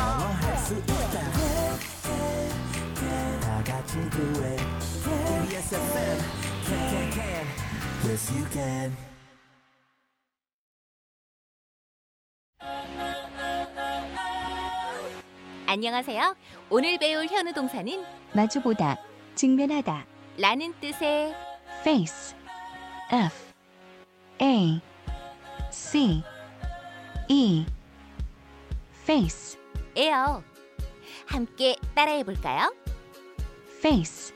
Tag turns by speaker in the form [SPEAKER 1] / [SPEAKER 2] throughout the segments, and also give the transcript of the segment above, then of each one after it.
[SPEAKER 1] 영화할 수 있다 다 같이 do it KBS FM can can can yes you can
[SPEAKER 2] 안녕하세요. 오늘 배울 현우 동사는
[SPEAKER 3] 마주보다, 직면하다,
[SPEAKER 2] 라는 뜻의
[SPEAKER 3] face, f, a, c, e, face,
[SPEAKER 2] 에요. 함께 따라해 볼까요?
[SPEAKER 3] face,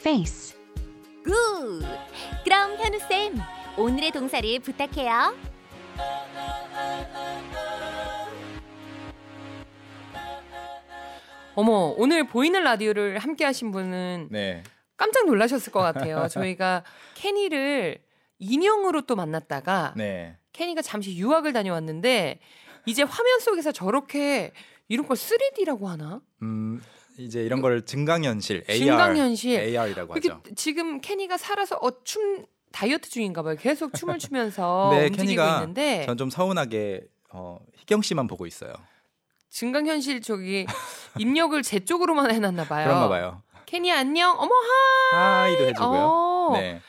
[SPEAKER 3] face.
[SPEAKER 2] 굿! 그럼 현우 쌤, 오늘의 동사를 부탁해요.
[SPEAKER 4] 어머, 오늘 보이는 라디오를 함께 하신 분은
[SPEAKER 5] 네.
[SPEAKER 4] 깜짝 놀라셨을 것 같아요. 저희가 케니를 인형으로 또 만났다가
[SPEAKER 5] 네.
[SPEAKER 4] 케니가 잠시 유학을 다녀왔는데 이제 화면 속에서 저렇게 이런 걸 3D라고 하나?
[SPEAKER 5] 음, 이제 이런 걸 증강현실 AR
[SPEAKER 4] 증강현실.
[SPEAKER 5] AR이라고
[SPEAKER 4] 이렇게
[SPEAKER 5] 하죠.
[SPEAKER 4] 지금 케니가 살아서 어 춤 다이어트 중인가 봐요. 계속 춤을 추면서
[SPEAKER 5] 네,
[SPEAKER 4] 어, 움직이고
[SPEAKER 5] 케니가
[SPEAKER 4] 있는데
[SPEAKER 5] 전 좀 서운하게 어, 희경 씨만 보고 있어요.
[SPEAKER 4] 증강현실 저기 입력을 제 쪽으로만 해놨나 봐요.
[SPEAKER 5] 그런가 봐요.
[SPEAKER 4] 케니 안녕. 어머
[SPEAKER 5] 하이도
[SPEAKER 4] 하.
[SPEAKER 5] 해주고요.
[SPEAKER 4] 어. 음.
[SPEAKER 5] 네.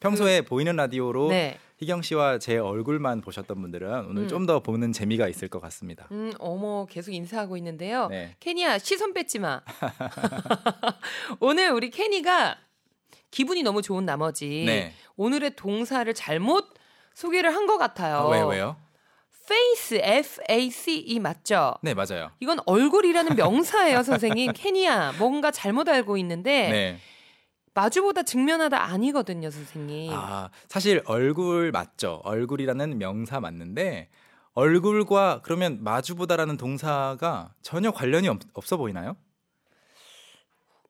[SPEAKER 5] 평소에 보이는 라디오로
[SPEAKER 4] 네.
[SPEAKER 5] 희경 씨와 제 얼굴만 보셨던 분들은 오늘
[SPEAKER 4] 음.
[SPEAKER 5] 좀 더 보는 재미가 있을 것 같습니다.
[SPEAKER 4] 음, 어머, 계속 인사하고 있는데요.
[SPEAKER 5] 네.
[SPEAKER 4] 케니야, 시선 뺏지 마. 오늘 우리 케니가 기분이 너무 좋은 나머지
[SPEAKER 5] 네.
[SPEAKER 4] 오늘의 동사를 잘못 소개를 한 것 같아요.
[SPEAKER 5] 아, 왜요, 왜요?
[SPEAKER 4] face, F A C E 맞죠?
[SPEAKER 5] 네, 맞아요.
[SPEAKER 4] 이건 얼굴이라는 명사예요, 선생님. 케니야, 뭔가 잘못 알고 있는데
[SPEAKER 5] 네.
[SPEAKER 4] 마주보다 직면하다 아니거든요, 선생님.
[SPEAKER 5] 아, 사실 얼굴 맞죠. 얼굴이라는 명사 맞는데 얼굴과 그러면 마주보다라는 동사가 전혀 관련이 없, 없어 보이나요?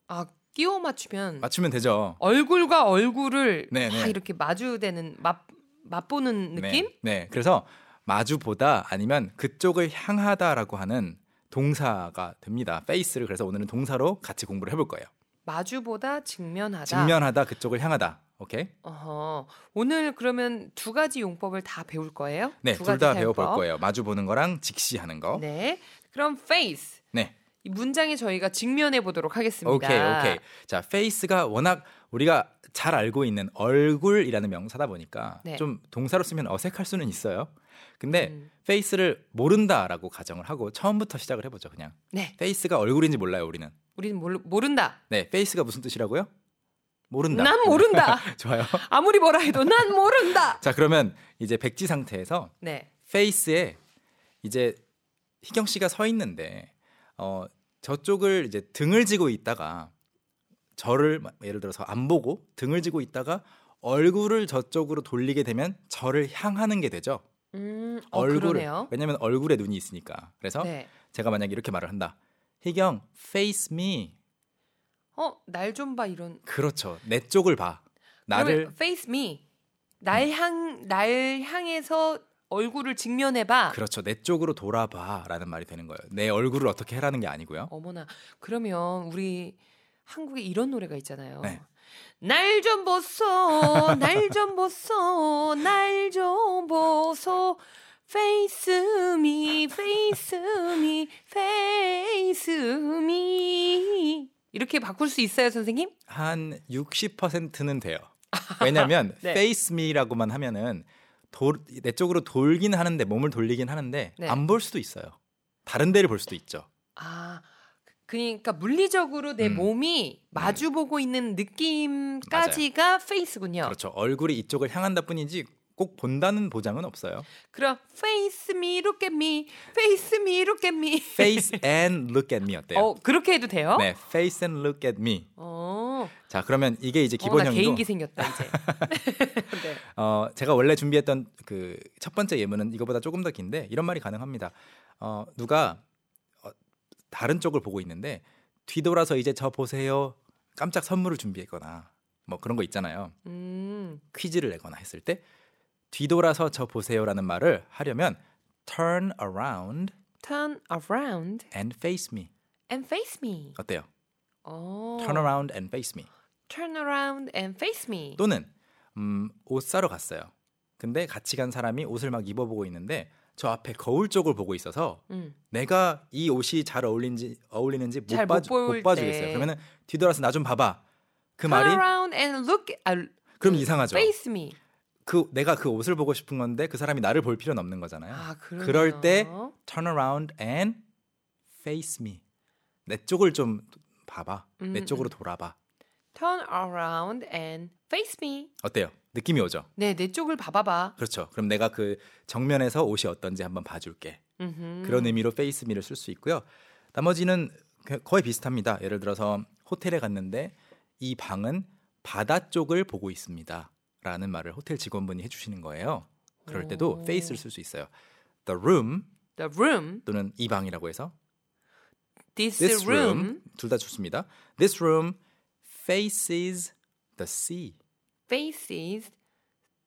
[SPEAKER 4] 아, 끼워 맞추면
[SPEAKER 5] 맞추면 되죠.
[SPEAKER 4] 얼굴과 얼굴을
[SPEAKER 5] 네,
[SPEAKER 4] 다
[SPEAKER 5] 네.
[SPEAKER 4] 이렇게 마주대는 맛 맛보는 느낌?
[SPEAKER 5] 네, 네. 그래서 마주보다 아니면 그쪽을 향하다라고 하는 동사가 됩니다. 페이스를 그래서 오늘은 동사로 같이 공부를 해볼 거예요.
[SPEAKER 4] 마주보다 직면하다.
[SPEAKER 5] 직면하다, 그쪽을 향하다. 오케이?
[SPEAKER 4] 어허. 오늘 그러면 두 가지 용법을 다 배울 거예요?
[SPEAKER 5] 네,
[SPEAKER 4] 두
[SPEAKER 5] 둘
[SPEAKER 4] 가지
[SPEAKER 5] 다
[SPEAKER 4] 사용법.
[SPEAKER 5] 배워볼 거예요. 마주 보는 거랑 직시하는 거. 네.
[SPEAKER 4] 네. 그럼 face 이 문장에 저희가 직면해 보도록 하겠습니다.
[SPEAKER 5] 오케이, 오케이. 자, 페이스가 워낙 우리가 잘 알고 있는 얼굴이라는 명사다 보니까
[SPEAKER 4] 네.
[SPEAKER 5] 좀 동사로 쓰면 어색할 수는 있어요. 근데
[SPEAKER 4] 음,
[SPEAKER 5] 페이스를 모른다라고 가정을 하고 처음부터 시작을 해보죠, 그냥.
[SPEAKER 4] 네.
[SPEAKER 5] 페이스가 얼굴인지 몰라요, 우리는.
[SPEAKER 4] 우리는 모르, 모른다.
[SPEAKER 5] 네, 페이스가 무슨 뜻이라고요? 모른다.
[SPEAKER 4] 난 모른다.
[SPEAKER 5] 좋아요.
[SPEAKER 4] 아무리 뭐라 해도 난 모른다.
[SPEAKER 5] 자, 그러면 이제 백지 상태에서
[SPEAKER 4] 네.
[SPEAKER 5] 페이스에 이제 희경 씨가 서 있는데 어, 저쪽을 이제 등을 지고 있다가 저를 마- 예를 들어서 안 보고 등을 지고 있다가 얼굴을 저쪽으로 돌리게 되면 저를 향하는 게 되죠.
[SPEAKER 4] 음, 어, 그러네요.
[SPEAKER 5] 왜냐면 얼굴에 눈이 있으니까. 그래서
[SPEAKER 4] 네.
[SPEAKER 5] 제가 만약 이렇게 말을 한다. 희경, face me.
[SPEAKER 4] 어, 날 좀 봐 이런.
[SPEAKER 5] 그렇죠. 내 쪽을 봐. 나를
[SPEAKER 4] 그러면 face me. 날향날 향해서 얼굴을 직면해 봐.
[SPEAKER 5] 그렇죠. 내 쪽으로 돌아봐라는 말이 되는 거예요. 내 얼굴을 어떻게 해라는 게 아니고요.
[SPEAKER 4] 어머나 그러면 우리 한국에 이런 노래가 있잖아요.
[SPEAKER 5] 네.
[SPEAKER 4] 날 좀 보소, 날 좀 보소, 날 좀 보소. Face me, face me, face me. 이렇게 바꿀 수 있어요, 선생님?
[SPEAKER 5] 한 60%는 돼요. 왜냐면
[SPEAKER 4] 네.
[SPEAKER 5] face me라고만 하면은 돌- 내 쪽으로 돌긴 하는데 몸을 돌리긴 하는데
[SPEAKER 4] 네.
[SPEAKER 5] 안 볼 수도 있어요. 다른 데를 볼 수도 있죠.
[SPEAKER 4] 아, 그러니까 물리적으로 내
[SPEAKER 5] 음.
[SPEAKER 4] 몸이 마주보고 있는 느낌까지가 face군요.
[SPEAKER 5] 그렇죠. 얼굴이 이쪽을 그렇죠. 향한다 뿐이지 꼭 본다는 보장은 없어요.
[SPEAKER 4] 그럼 face me, look at me, face me, look at me.
[SPEAKER 5] Face and look at me 어때요?
[SPEAKER 4] 어 그렇게 해도 돼요?
[SPEAKER 5] 네, face and look at me.
[SPEAKER 4] 어,
[SPEAKER 5] 자, 그러면 이게 이제
[SPEAKER 4] 기본 어, 나
[SPEAKER 5] 기본형이고
[SPEAKER 4] 개인기 생겼다 이제. 네.
[SPEAKER 5] 어, 제가 원래 준비했던 그 첫 번째 예문은 이거보다 조금 더 긴데 이런 말이 가능합니다. 어, 누가 어, 다른 쪽을 보고 있는데 뒤돌아서 이제 저 보세요. 깜짝 선물을 준비했거나 뭐 그런 거 있잖아요.
[SPEAKER 4] 음,
[SPEAKER 5] 퀴즈를 내거나 했을 때 뒤돌아서 저 보세요라는 말을 하려면 turn around
[SPEAKER 4] turn around
[SPEAKER 5] and face me
[SPEAKER 4] and face me.
[SPEAKER 5] 어때요?
[SPEAKER 4] 어,
[SPEAKER 5] turn around and face me
[SPEAKER 4] turn around and face me.
[SPEAKER 5] 또는 음, 옷 사러 갔어요. 근데 같이 간 사람이 옷을 막 입어보고 있는데 저 앞에 거울 쪽을 보고 있어서
[SPEAKER 4] 음.
[SPEAKER 5] 내가 이 옷이 잘 어울리는지 어울리는지 못,
[SPEAKER 4] 잘못
[SPEAKER 5] 봐, 못,
[SPEAKER 4] 볼
[SPEAKER 5] 봐주겠어요.
[SPEAKER 4] 때.
[SPEAKER 5] 그러면은 뒤돌아서 나 좀 봐봐. 그
[SPEAKER 4] turn
[SPEAKER 5] 말이
[SPEAKER 4] around and look. 아,
[SPEAKER 5] 그럼 이상하죠.
[SPEAKER 4] face me.
[SPEAKER 5] 그 내가 그 옷을 보고 싶은 건데 그 사람이 나를 볼 필요는 없는 거잖아요.
[SPEAKER 4] 아, 그러네요.
[SPEAKER 5] 그럴 때 turn around and face me. 내 쪽을 좀 봐봐. 내
[SPEAKER 4] 음,
[SPEAKER 5] 쪽으로 돌아봐.
[SPEAKER 4] turn around and face me.
[SPEAKER 5] 어때요? 느낌이 오죠?
[SPEAKER 4] 네, 내 쪽을 봐봐봐.
[SPEAKER 5] 그렇죠. 그럼 내가 그 정면에서 옷이 어떤지 한번 봐줄게.
[SPEAKER 4] 음흠.
[SPEAKER 5] 그런 의미로 face me를 쓸 수 있고요. 나머지는 그- 거의 비슷합니다. 예를 들어서 호텔에 갔는데 이 방은 바다 쪽을 보고 있습니다. 라는 말을 호텔 직원분이 해주시는 거예요. 그럴 때도
[SPEAKER 4] 오.
[SPEAKER 5] face를 쓸 수 있어요. The room
[SPEAKER 4] The room.
[SPEAKER 5] 또는 이 방이라고 해서
[SPEAKER 4] This,
[SPEAKER 5] this
[SPEAKER 4] room.
[SPEAKER 5] room 둘 다 좋습니다. This room faces the sea.
[SPEAKER 4] faces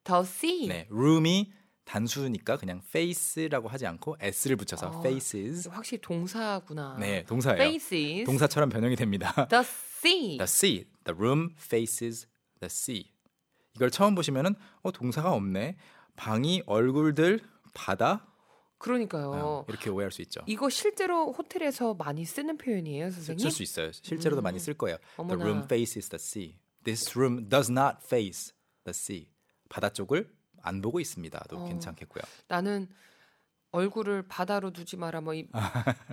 [SPEAKER 4] the sea.
[SPEAKER 5] 네, room이 단수니까 그냥 face라고 하지 않고 s를 붙여서
[SPEAKER 4] 어,
[SPEAKER 5] faces.
[SPEAKER 4] 확실히 동사구나.
[SPEAKER 5] 네, 동사예요.
[SPEAKER 4] 아. faces
[SPEAKER 5] 동사처럼 변형이 됩니다.
[SPEAKER 4] the sea.
[SPEAKER 5] The sea, the room faces the sea. 이걸 처음 보시면은 어 동사가 없네. 방이 얼굴들 바다
[SPEAKER 4] 그러니까요.
[SPEAKER 5] 어, 이렇게 오해할 수 있죠.
[SPEAKER 4] 이거 실제로 호텔에서 많이 쓰는 표현이에요, 선생님?
[SPEAKER 5] 쓸 수 있어요. 실제로도 많이 쓸 거예요.
[SPEAKER 4] 어머나.
[SPEAKER 5] The room faces the sea. This room does not face the sea. 바다 쪽을 안 보고 있습니다도
[SPEAKER 4] 어.
[SPEAKER 5] 괜찮겠고요.
[SPEAKER 4] 나는 얼굴을 바다로 두지 마라 뭐 이,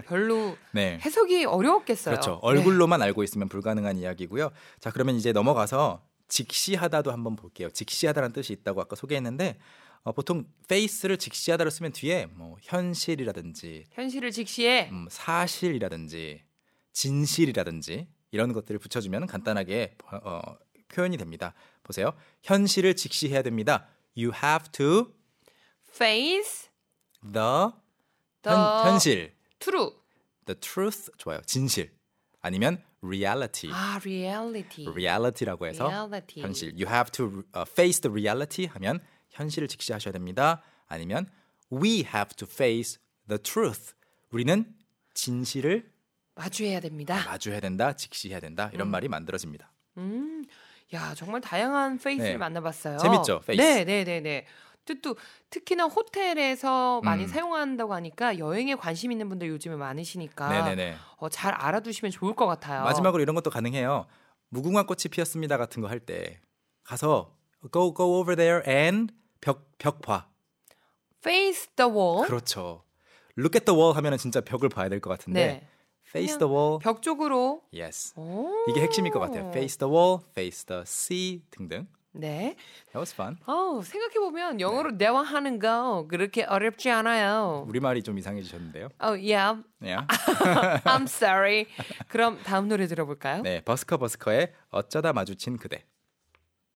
[SPEAKER 4] 별로
[SPEAKER 5] 네.
[SPEAKER 4] 해석이 어려웠겠어요.
[SPEAKER 5] 그렇죠.
[SPEAKER 4] 네.
[SPEAKER 5] 얼굴로만 알고 있으면 불가능한 이야기고요. 자, 그러면 이제 넘어가서 직시하다도 한번 볼게요. 직시하다라는 뜻이 있다고 아까 소개했는데 어, 보통 face를 직시하다로 쓰면 뒤에 뭐 현실이라든지
[SPEAKER 4] 네. 현실을 직시해.
[SPEAKER 5] 음, 사실이라든지 진실이라든지 이런 것들을 붙여주면 간단하게 어, 표현이 됩니다. 보세요. 현실을 직시해야 됩니다. You have to
[SPEAKER 4] face
[SPEAKER 5] the,
[SPEAKER 4] the
[SPEAKER 5] 현, 현실,
[SPEAKER 4] true.
[SPEAKER 5] the truth 좋아요. 진실 아니면 reality.
[SPEAKER 4] 아, reality.
[SPEAKER 5] reality라고 해서
[SPEAKER 4] Reality.
[SPEAKER 5] 현실 you have to uh, face the reality 하면 현실을 직시하셔야 됩니다. 아니면 we have to face the truth. 우리는 진실을
[SPEAKER 4] 마주해야 됩니다.
[SPEAKER 5] 마주해야 된다, 직시해야 된다 이런 말이 만들어집니다.
[SPEAKER 4] 음, 야 정말 다양한 페이스를
[SPEAKER 5] 네.
[SPEAKER 4] 만나봤어요.
[SPEAKER 5] 재밌죠, 페이스?
[SPEAKER 4] 네, 네, 네, 네. 또, 또 특히나 호텔에서 많이
[SPEAKER 5] 음.
[SPEAKER 4] 사용한다고 하니까 여행에 관심 있는 분들 요즘에 많으시니까
[SPEAKER 5] 네네네.
[SPEAKER 4] 어, 잘 알아두시면 좋을 것 같아요.
[SPEAKER 5] 마지막으로 이런 것도 가능해요. 무궁화 꽃이 피었습니다 같은 거 할 때 가서 go go over there and 벽 벽 봐.
[SPEAKER 4] face the wall.
[SPEAKER 5] 그렇죠. look at the wall 하면은 진짜 벽을 봐야 될 것 같은데
[SPEAKER 4] 네.
[SPEAKER 5] face
[SPEAKER 4] 그냥
[SPEAKER 5] the wall.
[SPEAKER 4] 벽 쪽으로.
[SPEAKER 5] yes.
[SPEAKER 4] 오.
[SPEAKER 5] 이게 핵심일 것 같아요. Face the wall, face the sea 등등.
[SPEAKER 4] 네.
[SPEAKER 5] That was fun.
[SPEAKER 4] 어 생각해 보면 영어로 대화하는 거 그렇게 어렵지 않아요.
[SPEAKER 5] 우리 말이 좀 이상해지셨는데요. 네.
[SPEAKER 4] 어, yeah.
[SPEAKER 5] Yeah.
[SPEAKER 4] I'm sorry. 그럼 다음 노래 들어볼까요?
[SPEAKER 5] 네, 버스커 버스커의 어쩌다 마주친 그대.